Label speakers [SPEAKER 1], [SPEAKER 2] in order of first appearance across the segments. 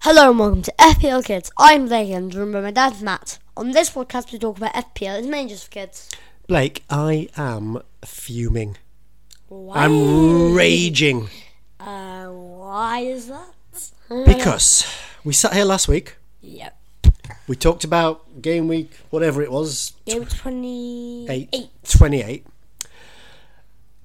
[SPEAKER 1] Hello and welcome to FPL Kids. I'm Blake and remember my dad's Matt. On this podcast we talk about FPL, it's mainly just for kids.
[SPEAKER 2] Blake, I am fuming.
[SPEAKER 1] Why?
[SPEAKER 2] I'm raging
[SPEAKER 1] uh, why is that?
[SPEAKER 2] because we sat here last week.
[SPEAKER 1] Yep.
[SPEAKER 2] We talked about game week, whatever it was,
[SPEAKER 1] Game 28.
[SPEAKER 2] eight, 28.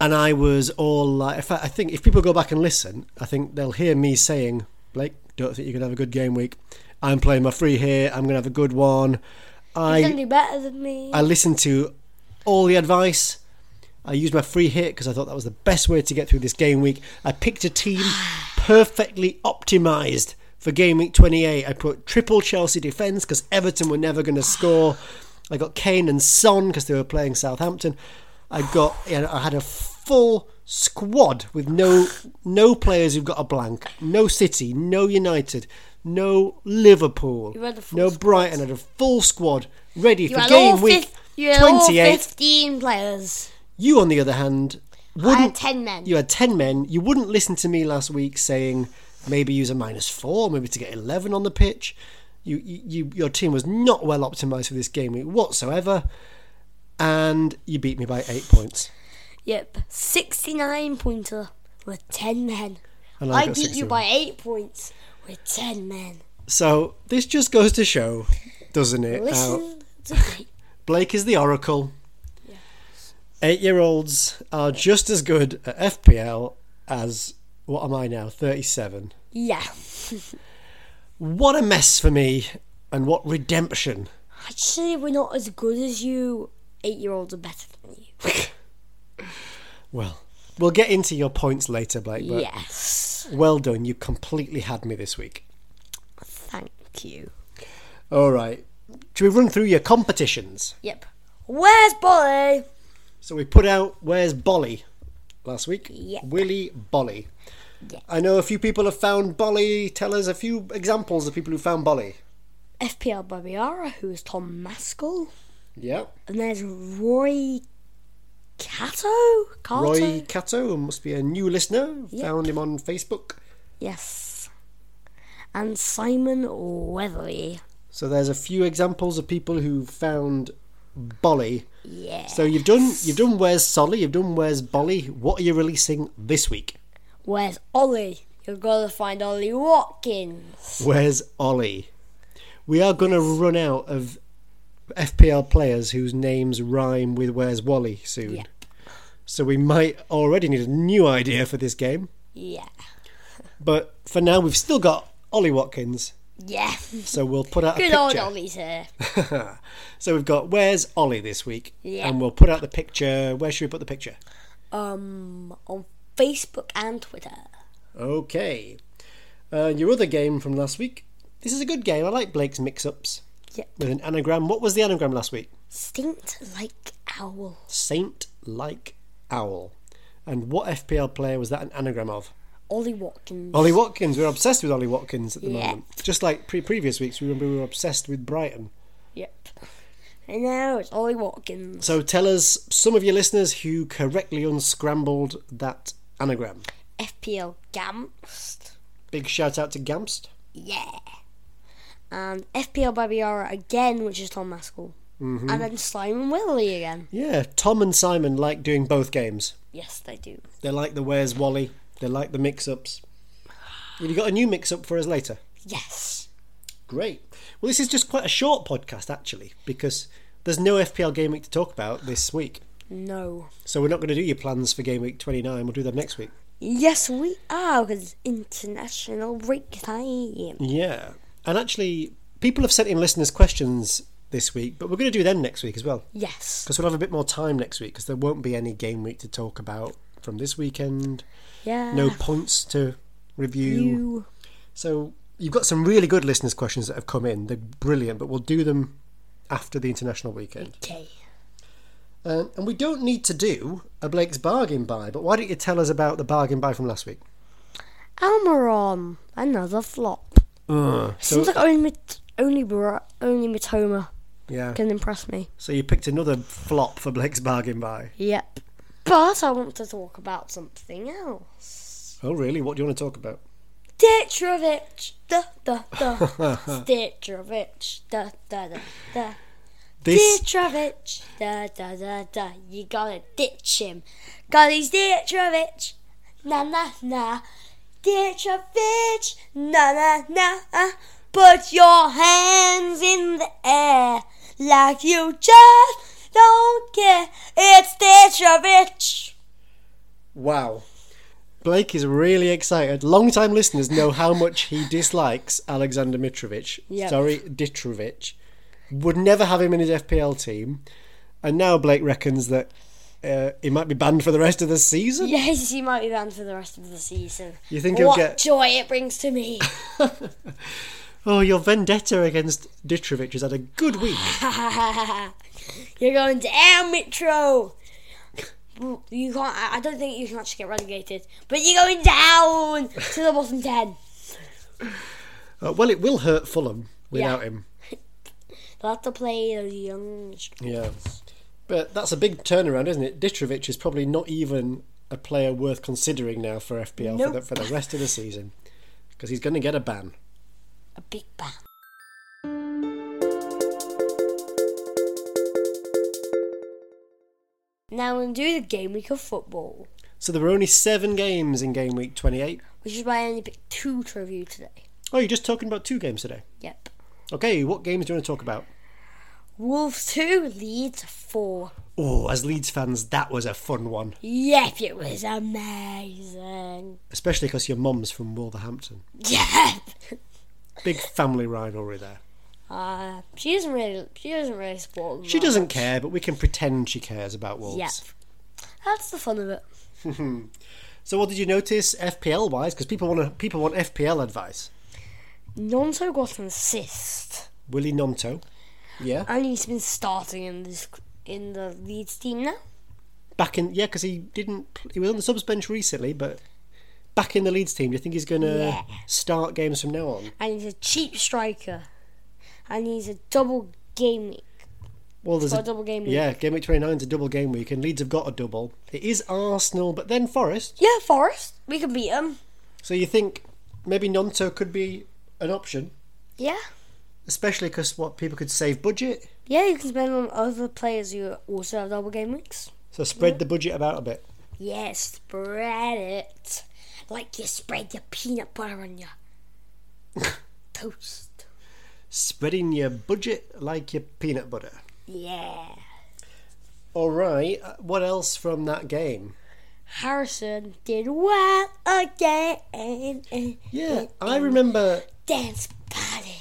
[SPEAKER 2] And I was all like, in fact, I think if people go back and listen, I think they'll hear me saying, Blake, don't think you can have a good game week. I'm playing my free here. I'm going to have a good one.
[SPEAKER 1] You're going
[SPEAKER 2] I,
[SPEAKER 1] to do better than me.
[SPEAKER 2] I listened to all the advice. I used my free hit because I thought that was the best way to get through this game week. I picked a team perfectly optimised for game week 28. I put triple Chelsea defence because Everton were never going to score. I got Kane and Son because they were playing Southampton. I got, you know, I had a full squad with no no players who've got a blank, no City, no United, no Liverpool,
[SPEAKER 1] You had a full
[SPEAKER 2] no
[SPEAKER 1] squad.
[SPEAKER 2] Brighton. I had a full squad ready
[SPEAKER 1] you
[SPEAKER 2] for
[SPEAKER 1] had
[SPEAKER 2] game
[SPEAKER 1] all
[SPEAKER 2] week
[SPEAKER 1] fif- you had all
[SPEAKER 2] 28.
[SPEAKER 1] 15 players.
[SPEAKER 2] You, on the other hand, wouldn't.
[SPEAKER 1] I had 10 men.
[SPEAKER 2] You had 10 men. You wouldn't listen to me last week saying maybe use a minus four, maybe to get 11 on the pitch. You, you, you Your team was not well optimised for this game week whatsoever. And you beat me by eight points.
[SPEAKER 1] Yep. 69 pointer with 10 men.
[SPEAKER 2] And
[SPEAKER 1] I
[SPEAKER 2] got
[SPEAKER 1] beat you
[SPEAKER 2] 61.
[SPEAKER 1] by 8 points with 10 men.
[SPEAKER 2] So this just goes to show, doesn't it? how-
[SPEAKER 1] Listen to me.
[SPEAKER 2] Blake is the oracle. Eight year olds are just as good at FPL as what am I now? 37.
[SPEAKER 1] Yeah.
[SPEAKER 2] What a mess for me, and what redemption.
[SPEAKER 1] Actually, we're not as good as you. Eight year olds are better than you.
[SPEAKER 2] Well, we'll get into your points later, Blake, but
[SPEAKER 1] yes.
[SPEAKER 2] well done. You completely had me this week.
[SPEAKER 1] Thank you.
[SPEAKER 2] All right. Should we run through your competitions?
[SPEAKER 1] Yep. Where's Bolly?
[SPEAKER 2] So we put out Where's Bolly last week.
[SPEAKER 1] Yep.
[SPEAKER 2] Willy Bolly.
[SPEAKER 1] Yep.
[SPEAKER 2] I know a few people have found Bolly. Tell us a few examples of people who found Bolly.
[SPEAKER 1] FPL Barbiara, who is Tom Maskell.
[SPEAKER 2] Yeah.
[SPEAKER 1] And there's Roy Cato? Carter?
[SPEAKER 2] Roy Cato, who must be a new listener,
[SPEAKER 1] Yep.
[SPEAKER 2] found him on Facebook.
[SPEAKER 1] Yes. And Simon Weatherly.
[SPEAKER 2] So there's a few examples of people who found Bolly.
[SPEAKER 1] Yeah.
[SPEAKER 2] So you've done you've done Where's Solly, you've done Where's Bolly. What are you releasing this week?
[SPEAKER 1] Where's Ollie? You're gonna find Ollie Watkins.
[SPEAKER 2] Where's Ollie? We are going to run out of FPL players whose names rhyme with Where's Wally soon.
[SPEAKER 1] Yeah.
[SPEAKER 2] So we might already need a new idea for this game.
[SPEAKER 1] Yeah.
[SPEAKER 2] But for now, we've still got Ollie Watkins.
[SPEAKER 1] Yeah.
[SPEAKER 2] So we'll put out a
[SPEAKER 1] Good
[SPEAKER 2] picture.
[SPEAKER 1] old Ollie's here.
[SPEAKER 2] so we've got where's Ollie this week,
[SPEAKER 1] Yeah.
[SPEAKER 2] and we'll put out the picture. Where should we put the picture?
[SPEAKER 1] Um, on Facebook and Twitter.
[SPEAKER 2] Okay. Uh, your other game from last week. This is a good game. I like Blake's mix-ups
[SPEAKER 1] Yep.
[SPEAKER 2] with an anagram. What was the anagram last week?
[SPEAKER 1] Stinked like owl.
[SPEAKER 2] Saint like owl. And what FPL player was that an anagram of?
[SPEAKER 1] Ollie Watkins.
[SPEAKER 2] Ollie Watkins. We're obsessed with Ollie Watkins at the
[SPEAKER 1] Yeah.
[SPEAKER 2] moment. Just like pre- previous weeks, we remember we were obsessed with Brighton.
[SPEAKER 1] Yep. And now it's Ollie Watkins.
[SPEAKER 2] So tell us some of your listeners who correctly unscrambled that anagram.
[SPEAKER 1] FPL Gamst.
[SPEAKER 2] Big shout out to Gamst.
[SPEAKER 1] Yeah. And FPL Barbiara again, which is Tom Maskell.
[SPEAKER 2] Mm-hmm.
[SPEAKER 1] And then Simon Willie again.
[SPEAKER 2] Yeah, Tom and Simon like doing both games.
[SPEAKER 1] Yes, they do.
[SPEAKER 2] They like the Where's Wally. They like the mix-ups. Have you got a new mix-up for us later?
[SPEAKER 1] Yes.
[SPEAKER 2] Great. Well, this is just quite a short podcast actually because there's no FPL game week to talk about this week.
[SPEAKER 1] No.
[SPEAKER 2] So we're not going to do your plans for game week 29. We'll do them next week.
[SPEAKER 1] Yes, we are, because international break time.
[SPEAKER 2] Yeah. And actually, people have sent in listeners' questions this week, but we're going to do them next week as well
[SPEAKER 1] Yes.
[SPEAKER 2] because we'll have a bit more time next week because there won't be any game week to talk about from this weekend.
[SPEAKER 1] Yeah.
[SPEAKER 2] No points to review.
[SPEAKER 1] You.
[SPEAKER 2] So you've got some really good listeners' questions that have come in. They're brilliant, but we'll do them after the international weekend.
[SPEAKER 1] Okay.
[SPEAKER 2] Uh, and we don't need to do a Blake's bargain buy, but why don't you tell us about the bargain buy from last week?
[SPEAKER 1] Almiron. Another flop.
[SPEAKER 2] So
[SPEAKER 1] Seems like only Mit- only Bra- only Matoma
[SPEAKER 2] yeah,
[SPEAKER 1] can impress me.
[SPEAKER 2] so you picked another flop for Blake's bargain buy.
[SPEAKER 1] Yep. But I want to talk about something else.
[SPEAKER 2] Oh really? What do you want to talk about?
[SPEAKER 1] Stitrovich. Da, da, da. Stitrovich. Da, da, da, da.
[SPEAKER 2] This
[SPEAKER 1] Ditrovich, da da da da, you gotta ditch him. God, he's Ditrovich, na na na. Ditrovich, na na na. Put your hands in the air like you just don't care. It's Ditrovich.
[SPEAKER 2] wow. Blake is really excited. Long-time listeners know how much he dislikes Alexander Mitrovic.
[SPEAKER 1] Yep.
[SPEAKER 2] Sorry, Ditrovic. Would never have him in his FPL team, and now Blake reckons that uh, he might be banned for the rest of the season.
[SPEAKER 1] Yes, he might be banned for the rest of the season.
[SPEAKER 2] You think he'll
[SPEAKER 1] what
[SPEAKER 2] get-
[SPEAKER 1] joy it brings to me?
[SPEAKER 2] Oh, your vendetta against Ditrovic has had a good week.
[SPEAKER 1] You're going down, Mitro. Well, You can't. I- I don't think you can actually get relegated, but you're going down to the bottom ten.
[SPEAKER 2] Uh, well, it will hurt Fulham without
[SPEAKER 1] Yeah.
[SPEAKER 2] him.
[SPEAKER 1] They'll have to play those young.
[SPEAKER 2] Yeah. But that's a big turnaround, isn't it? Ditrovic is probably not even a player worth considering now for FPL for, the,
[SPEAKER 1] Nope.
[SPEAKER 2] for the rest of the season because he's going to get a ban.
[SPEAKER 1] A big bang. Now we're gonna do the game week of football,
[SPEAKER 2] So there were only seven games in game week 28.
[SPEAKER 1] which is why I only picked two to review today.
[SPEAKER 2] Oh, you're just talking about two games today.
[SPEAKER 1] Yep.
[SPEAKER 2] Okay, what games do you want to talk about?
[SPEAKER 1] Wolves two, Leeds four.
[SPEAKER 2] Oh, as Leeds fans, that was a fun one,
[SPEAKER 1] Yep, it was amazing.
[SPEAKER 2] especially because your mum's from Wolverhampton.
[SPEAKER 1] Yep.
[SPEAKER 2] Big family rivalry there.
[SPEAKER 1] Uh, she doesn't really. She doesn't really support them.
[SPEAKER 2] She
[SPEAKER 1] that
[SPEAKER 2] doesn't
[SPEAKER 1] much.
[SPEAKER 2] care, but we can pretend she cares about Wolves.
[SPEAKER 1] Yep. That's the fun of it.
[SPEAKER 2] So what did you notice FPL wise? Because people want to, people want FPL advice.
[SPEAKER 1] Nonto got an assist,
[SPEAKER 2] Willie Nonto. Yeah.
[SPEAKER 1] and he's been starting in this in the Leeds team now.
[SPEAKER 2] back in yeah, because he didn't. pl- He was on the subs bench recently, but back in the Leeds team. Do you think he's going to
[SPEAKER 1] Yeah.
[SPEAKER 2] start games from now on?
[SPEAKER 1] And he's a cheap striker, and he's a double game week.
[SPEAKER 2] Well, there's
[SPEAKER 1] Got a double game week.
[SPEAKER 2] Yeah, game week twenty nine is a double game week, and Leeds have got a double. It is Arsenal, but then Forest.
[SPEAKER 1] Yeah, Forest, we can beat him.
[SPEAKER 2] So you think maybe Nonto could be an option,
[SPEAKER 1] Yeah,
[SPEAKER 2] especially because what people could save budget.
[SPEAKER 1] yeah, you can spend on other players who also have double game weeks.
[SPEAKER 2] So spread the budget about a bit.
[SPEAKER 1] Yeah, spread it like you spread your peanut butter on your toast.
[SPEAKER 2] Spreading your budget like your peanut butter.
[SPEAKER 1] Yeah.
[SPEAKER 2] All right. uh, What else from that game?
[SPEAKER 1] Harrison did well again.
[SPEAKER 2] Yeah,
[SPEAKER 1] um,
[SPEAKER 2] I remember
[SPEAKER 1] Dance party.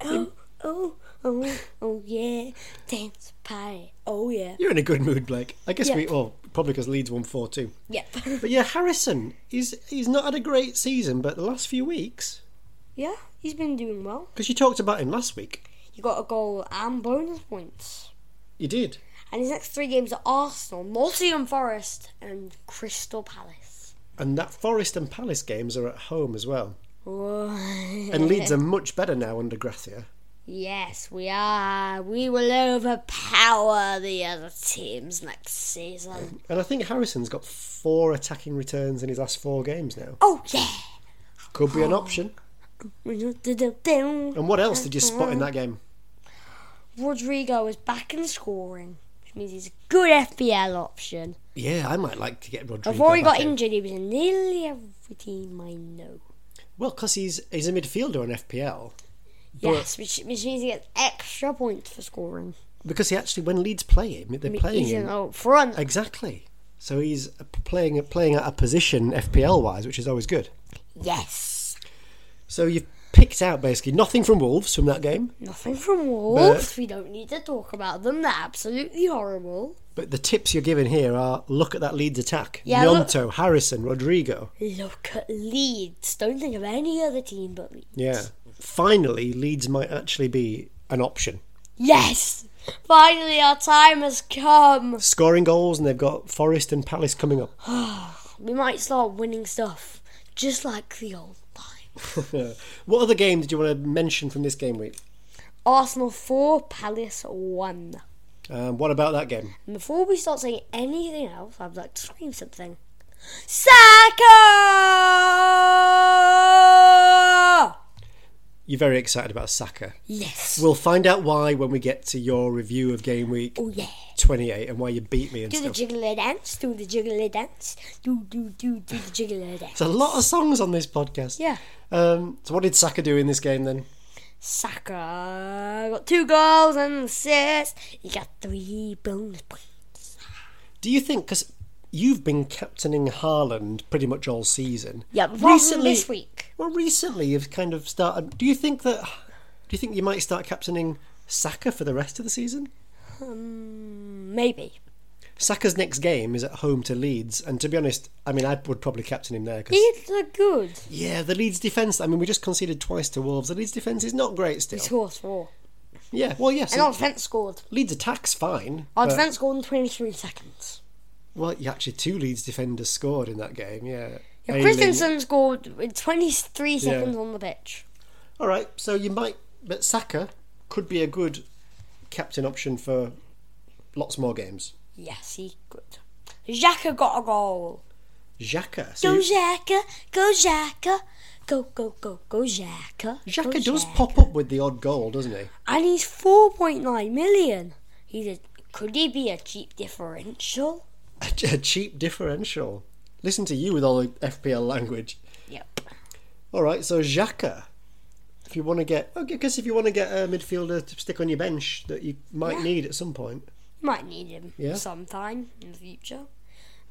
[SPEAKER 1] Oh, oh, oh, oh, yeah. Dance party. Oh, yeah.
[SPEAKER 2] You're in a good mood, Blake. I guess we,
[SPEAKER 1] Yeah.
[SPEAKER 2] well, probably because Leeds won 4 2.
[SPEAKER 1] Yep.
[SPEAKER 2] But yeah, Harrison, he's, he's not had a great season, but the last few weeks,
[SPEAKER 1] yeah, he's been doing well.
[SPEAKER 2] because you talked about him last week.
[SPEAKER 1] He got a goal and bonus points.
[SPEAKER 2] You did.
[SPEAKER 1] And his next three games are Arsenal, Nottingham Forest, and Crystal Palace.
[SPEAKER 2] And that Forest and Palace games are at home as well.
[SPEAKER 1] and
[SPEAKER 2] And Leeds are much better now under Gracia.
[SPEAKER 1] Yes, we are. We will overpower the other teams next season.
[SPEAKER 2] And I think Harrison's got four attacking returns in his last four games now.
[SPEAKER 1] Oh, yeah.
[SPEAKER 2] Could be an
[SPEAKER 1] Oh.
[SPEAKER 2] option. And what else did you spot
[SPEAKER 1] Mm-hmm.
[SPEAKER 2] in that game?
[SPEAKER 1] Rodrigo is back in scoring, which means he's a good FPL option.
[SPEAKER 2] Yeah, I might like to get Rodrigo.
[SPEAKER 1] Before he
[SPEAKER 2] back
[SPEAKER 1] got
[SPEAKER 2] in.
[SPEAKER 1] injured, he was in nearly every team I know.
[SPEAKER 2] Well, because he's, he's a midfielder on FPL.
[SPEAKER 1] Yes, which, which means he gets extra points for scoring.
[SPEAKER 2] Because he actually, when Leeds play him, they're playing
[SPEAKER 1] He's
[SPEAKER 2] him.
[SPEAKER 1] in out front.
[SPEAKER 2] Exactly. So he's playing playing at a position FPL wise, which is always good.
[SPEAKER 1] yes.
[SPEAKER 2] So you've picked out basically nothing from Wolves from that game,
[SPEAKER 1] Nothing from Wolves. we don't need to talk about them. They're absolutely horrible.
[SPEAKER 2] but the tips you're given here are look at that Leeds attack.
[SPEAKER 1] Yeah, look-
[SPEAKER 2] Nonto, Harrison, Rodrigo.
[SPEAKER 1] Look at Leeds. Don't think of any other team but Leeds.
[SPEAKER 2] Yeah. Finally, Leeds might actually be an option.
[SPEAKER 1] Yes! Finally, our time has come.
[SPEAKER 2] Scoring goals, and they've got Forest and Palace coming up.
[SPEAKER 1] We might start winning stuff, just like the old time.
[SPEAKER 2] what other game did you want to mention from this game week?
[SPEAKER 1] Arsenal 4, Palace 1.
[SPEAKER 2] Um, what about that game?
[SPEAKER 1] And before we start saying anything else, I'd like to scream something. Saka!
[SPEAKER 2] You're very excited about Saka.
[SPEAKER 1] Yes.
[SPEAKER 2] We'll find out why when we get to your review of game week
[SPEAKER 1] Oh, yeah.
[SPEAKER 2] 28 and why you beat me and
[SPEAKER 1] Do the
[SPEAKER 2] stuff.
[SPEAKER 1] jiggler dance, do the jiggler dance, do, do, do, do the jiggler dance.
[SPEAKER 2] It's a lot of songs on this podcast.
[SPEAKER 1] Yeah.
[SPEAKER 2] Um, so what did Saka do in this game then?
[SPEAKER 1] Saka got two goals and assists. He got three bonus points.
[SPEAKER 2] Do you think because you've been captaining Haaland pretty much all season?
[SPEAKER 1] Yeah, but apart from this week.
[SPEAKER 2] Well, recently you've kind of started. Do you think that? Do you think you might start captaining Saka for the rest of the season?
[SPEAKER 1] Maybe.
[SPEAKER 2] Saka's next game is at home to Leeds, and to be honest, I mean, I would probably captain him there because
[SPEAKER 1] It's look good.
[SPEAKER 2] yeah, the Leeds defense. I mean, we just conceded twice to Wolves. The Leeds defense is not great still.
[SPEAKER 1] Score four.
[SPEAKER 2] Yeah, well, yes,
[SPEAKER 1] And our defence scored.
[SPEAKER 2] Leeds attack's fine.
[SPEAKER 1] Our
[SPEAKER 2] but-
[SPEAKER 1] defence scored in 23 seconds.
[SPEAKER 2] Well, yeah, actually, two Leeds defenders scored in that game. Yeah,
[SPEAKER 1] Yeah,
[SPEAKER 2] Ailing-
[SPEAKER 1] Christensen scored in 23 seconds on the pitch.
[SPEAKER 2] All right, so you might, but Saka could be a good captain option for lots more games.
[SPEAKER 1] Yes, he good. Xhaka got a goal.
[SPEAKER 2] Xhaka. So
[SPEAKER 1] Go
[SPEAKER 2] you-
[SPEAKER 1] Xhaka, go Xhaka, go go go go Xhaka. go
[SPEAKER 2] Xhaka does
[SPEAKER 1] Xhaka.
[SPEAKER 2] pop up with the odd goal, doesn't he?
[SPEAKER 1] and he's 4.9 million. He did. Could he be a cheap differential?
[SPEAKER 2] A, ch- a cheap differential. Listen to you with all the FPL language.
[SPEAKER 1] Yep.
[SPEAKER 2] All right, so Xhaka. If you want to get, I guess if you want to get a midfielder to stick on your bench that you might need at some point.
[SPEAKER 1] Might need him
[SPEAKER 2] Yeah.
[SPEAKER 1] sometime in the future.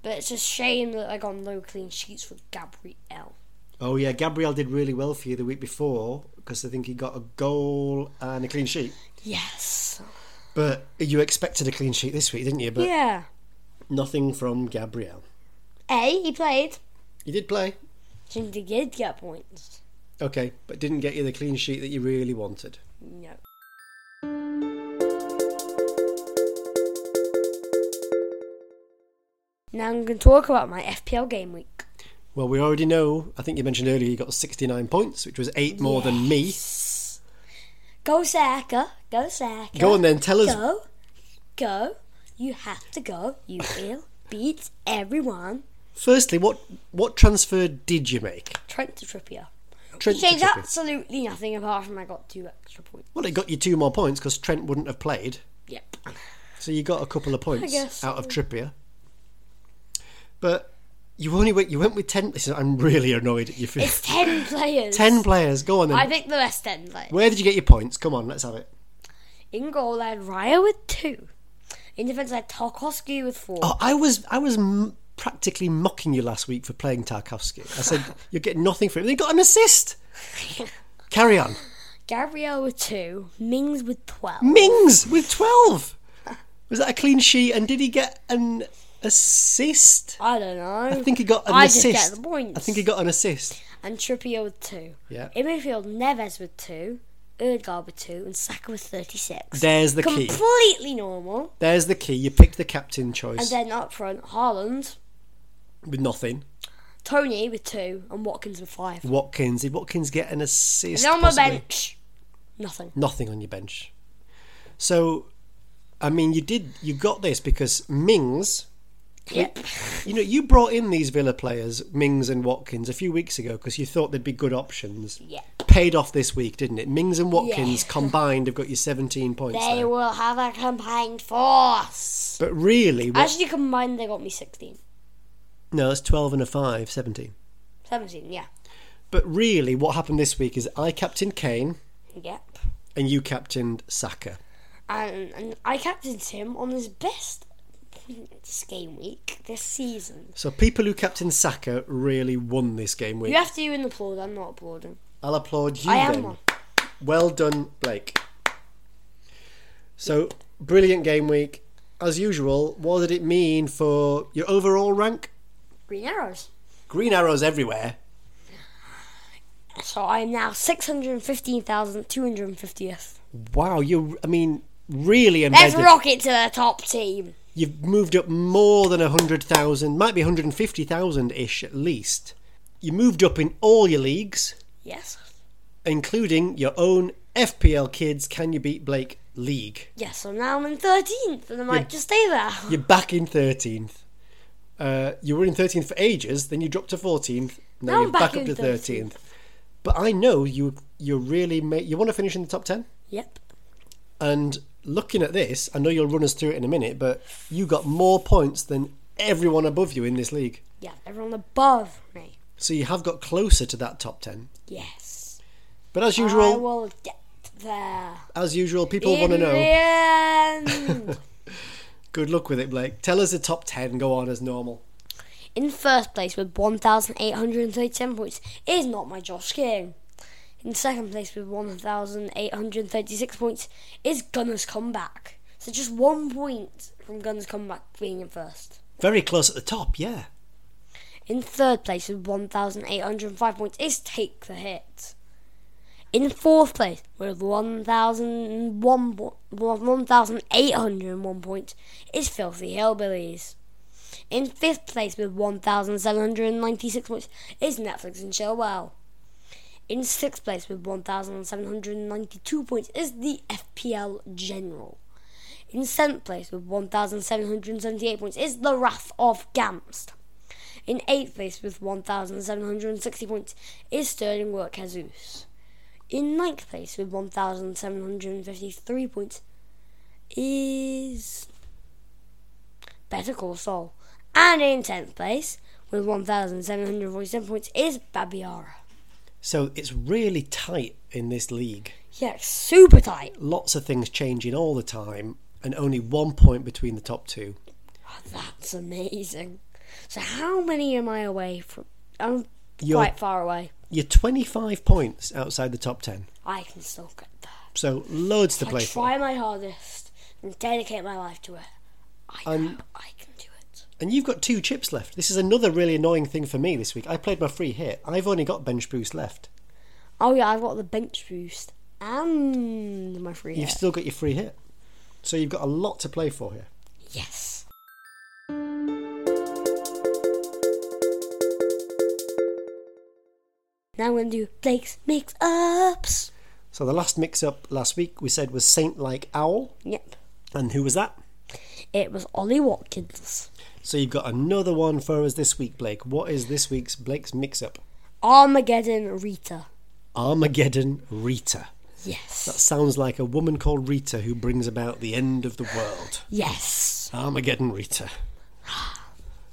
[SPEAKER 1] But it's a shame that I got no clean sheets with Gabrielle.
[SPEAKER 2] Oh yeah, Gabriel did really well for you the week before because I think he got a goal and a clean sheet.
[SPEAKER 1] Yes.
[SPEAKER 2] But you expected a clean sheet this week, didn't you? But
[SPEAKER 1] Yeah.
[SPEAKER 2] nothing from Gabriel.
[SPEAKER 1] A, he played.
[SPEAKER 2] You did play,
[SPEAKER 1] Didn't he did get points.
[SPEAKER 2] okay, but didn't get you the clean sheet that you really wanted.
[SPEAKER 1] No. Now I'm going to talk about my FPL game week.
[SPEAKER 2] Well, we already know. I think you mentioned earlier you got 69 points, which was eight more than me.
[SPEAKER 1] Go Saka, go Saka.
[SPEAKER 2] Go on then, tell us.
[SPEAKER 1] Go, go. You have to go. You will beat everyone.
[SPEAKER 2] Firstly, what what transfer did you make?
[SPEAKER 1] Trent to Trippier.
[SPEAKER 2] Trent.
[SPEAKER 1] Changed
[SPEAKER 2] to Trippier.
[SPEAKER 1] absolutely nothing apart from I got two extra points.
[SPEAKER 2] Well, it got you two more points because Trent wouldn't have played,
[SPEAKER 1] Yep.
[SPEAKER 2] so you got a couple of points
[SPEAKER 1] guess
[SPEAKER 2] out of Trippier. But you only went. You went with ten. This is, I'm really annoyed at you. For
[SPEAKER 1] It's ten players.
[SPEAKER 2] ten players. Go on then.
[SPEAKER 1] I picked the best ten players.
[SPEAKER 2] Where did you get your points? Come on, let's have it.
[SPEAKER 1] In goal, I had Raya with two. In defence, I had Tarkovsky with four.
[SPEAKER 2] Oh, I was I was m- practically mocking you last week for playing Tarkovsky. I said you're getting nothing for it. They got an assist. Carry on.
[SPEAKER 1] Gabriel with two. Mings with twelve.
[SPEAKER 2] Mings with twelve. Was that a clean sheet? And did he get an assist?
[SPEAKER 1] I don't know.
[SPEAKER 2] I think he got an
[SPEAKER 1] I just
[SPEAKER 2] assist.
[SPEAKER 1] get the points.
[SPEAKER 2] I think he got an assist.
[SPEAKER 1] and Trippier with two.
[SPEAKER 2] Yeah.
[SPEAKER 1] In midfield, Neves with two. Erdegaard with two. And Saka with 36.
[SPEAKER 2] There's the key.
[SPEAKER 1] Completely normal.
[SPEAKER 2] There's the key. You picked the captain
[SPEAKER 1] And
[SPEAKER 2] choice
[SPEAKER 1] then up front, Haaland,
[SPEAKER 2] with nothing.
[SPEAKER 1] Tony with two, and Watkins with five.
[SPEAKER 2] Watkins. Did Watkins get an assist?
[SPEAKER 1] Then on my
[SPEAKER 2] possibly?
[SPEAKER 1] bench, nothing.
[SPEAKER 2] nothing on your bench. So, I mean, you did you got this because Mings,
[SPEAKER 1] Yep.
[SPEAKER 2] you know, you brought in these Villa players, Mings and Watkins, a few weeks ago because you thought they'd be good options.
[SPEAKER 1] Yeah.
[SPEAKER 2] Paid off this week, didn't it? Mings and Watkins combined have got you 17 points.
[SPEAKER 1] They
[SPEAKER 2] there.
[SPEAKER 1] will have a combined force.
[SPEAKER 2] But really, what,
[SPEAKER 1] Actually, combined, they got me 16.
[SPEAKER 2] no, that's 12 and a 5, 17.
[SPEAKER 1] 17, yeah.
[SPEAKER 2] But really, what happened this week is I captained Kane
[SPEAKER 1] Yep.
[SPEAKER 2] and you captained Saka.
[SPEAKER 1] And, and I captained him on his best points game week this season.
[SPEAKER 2] So people who captained Saka really won this game week.
[SPEAKER 1] You have to do an applaud, I'm not applauding.
[SPEAKER 2] I'll applaud you
[SPEAKER 1] I am
[SPEAKER 2] then.
[SPEAKER 1] one.
[SPEAKER 2] Well done, Blake. So, brilliant game week. As usual, what did it mean for your overall rank?
[SPEAKER 1] Green arrows.
[SPEAKER 2] Green arrows everywhere.
[SPEAKER 1] So I am now 615,250th.
[SPEAKER 2] Wow, you I mean really
[SPEAKER 1] Let's
[SPEAKER 2] embedded.
[SPEAKER 1] rocket to the top team.
[SPEAKER 2] You've moved up more than 100,000, might be 150,000 ish at least. You moved up in all your leagues,
[SPEAKER 1] Yes.
[SPEAKER 2] including your own FPL Kids Can You Beat Blake league.
[SPEAKER 1] Yes, so now I'm in 13th and I might just stay there.
[SPEAKER 2] You're back in 13th. Uh, you were in 13th for ages, then you dropped to 14th, now,
[SPEAKER 3] Now I'm
[SPEAKER 2] you're back,
[SPEAKER 3] back
[SPEAKER 2] up
[SPEAKER 3] in
[SPEAKER 2] to 13th.
[SPEAKER 3] 13th.
[SPEAKER 2] But I know you you really ma- you want to finish in the top 10.
[SPEAKER 3] Yep.
[SPEAKER 2] And looking at this, I know you'll run us through it in a minute, but you got more points than everyone above you in this league.
[SPEAKER 3] Yeah, everyone above me.
[SPEAKER 2] So you have got closer to that top 10.
[SPEAKER 3] Yes.
[SPEAKER 2] But as
[SPEAKER 3] I
[SPEAKER 2] usual,
[SPEAKER 3] will get there.
[SPEAKER 2] as usual, people want to
[SPEAKER 3] In
[SPEAKER 2] know.
[SPEAKER 3] the end.
[SPEAKER 2] Good luck with it, Blake. Tell us the top 10. Go on as normal.
[SPEAKER 1] In first place with 1,837 points is not my Josh King. In second place with 1,836 points is Gunner's Comeback. So just one point from Gunner's Comeback being in first.
[SPEAKER 2] Very close at the top, yeah.
[SPEAKER 1] In third place with 1,805 points is Take the Hit. In fourth place with 1,001 po- 1,801 points is Filthy Hillbillies. In fifth place with 1,796 points is Netflix and Chillwell. In sixth place with 1,792 points is the FPL General. In seventh place with 1,778 points is The Wrath of Gamst. In eighth place with 1,760 points is Sterling Work Jesus. In ninth place with 1,753 points is Better Call Saul. And in tenth place with 1,747 points is Babiara.
[SPEAKER 2] So it's really tight in this league.
[SPEAKER 1] Yeah, super tight.
[SPEAKER 2] Lots of things changing all the time, and only one point between the top two.
[SPEAKER 1] Oh, That's amazing. So how many am I away from? I'm
[SPEAKER 2] You're-
[SPEAKER 1] quite far away.
[SPEAKER 2] You're 25 points outside the top 10.
[SPEAKER 1] I can still get there.
[SPEAKER 2] So loads to
[SPEAKER 1] I
[SPEAKER 2] play for.
[SPEAKER 1] try my hardest and dedicate my life to it. I
[SPEAKER 2] I'm-
[SPEAKER 1] know I can do it.
[SPEAKER 2] And you've got two chips left. This is another really annoying thing for me this week. I played my free hit. I've only got bench boost left.
[SPEAKER 1] Oh yeah, I've got the bench boost and my free
[SPEAKER 2] You've
[SPEAKER 1] hit.
[SPEAKER 2] still got your free hit. So you've got a lot to play for here.
[SPEAKER 1] Yes. Now I'm gonna do Blake's mix ups.
[SPEAKER 2] So the last mix up last week we said was Saint Like Owl.
[SPEAKER 1] Yep.
[SPEAKER 2] And who was that?
[SPEAKER 1] It was Ollie Watkins.
[SPEAKER 2] So you've got another one for us this week, Blake. What is this week's Blake's mix up?
[SPEAKER 1] Armageddon Rita.
[SPEAKER 2] Armageddon Rita.
[SPEAKER 1] Yes.
[SPEAKER 2] That sounds like a woman called Rita who brings about the end of the world.
[SPEAKER 1] Yes.
[SPEAKER 2] Armageddon Rita.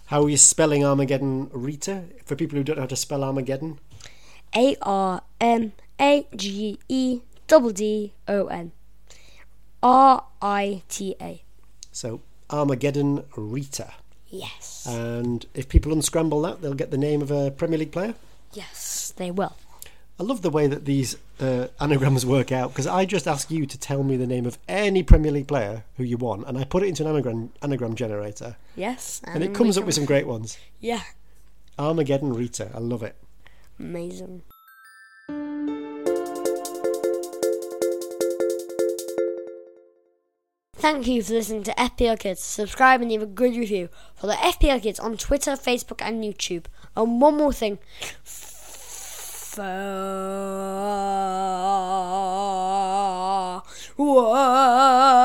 [SPEAKER 2] How are you spelling Armageddon Rita? For people who don't know how to spell Armageddon,
[SPEAKER 1] A R M A G E double D O N. R I T A.
[SPEAKER 2] so Armageddon Rita.
[SPEAKER 1] Yes.
[SPEAKER 2] Uh, And if people unscramble that, they'll get the name of a Premier League player.
[SPEAKER 1] Yes, they will.
[SPEAKER 2] I love the way that these uh, anagrams work out because I just ask you to tell me the name of any Premier League player who you want, and I put it into an anagram anagram generator,
[SPEAKER 1] Yes.
[SPEAKER 2] and it
[SPEAKER 1] we
[SPEAKER 2] comes up
[SPEAKER 1] can-
[SPEAKER 2] with some great ones.
[SPEAKER 1] Yeah.
[SPEAKER 2] Armageddon Rita, I love it.
[SPEAKER 1] Amazing. Thank you for listening to FPL Kids. Subscribe and leave a good review. Follow FPL Kids on Twitter, Facebook, and YouTube. And one more thing. Follow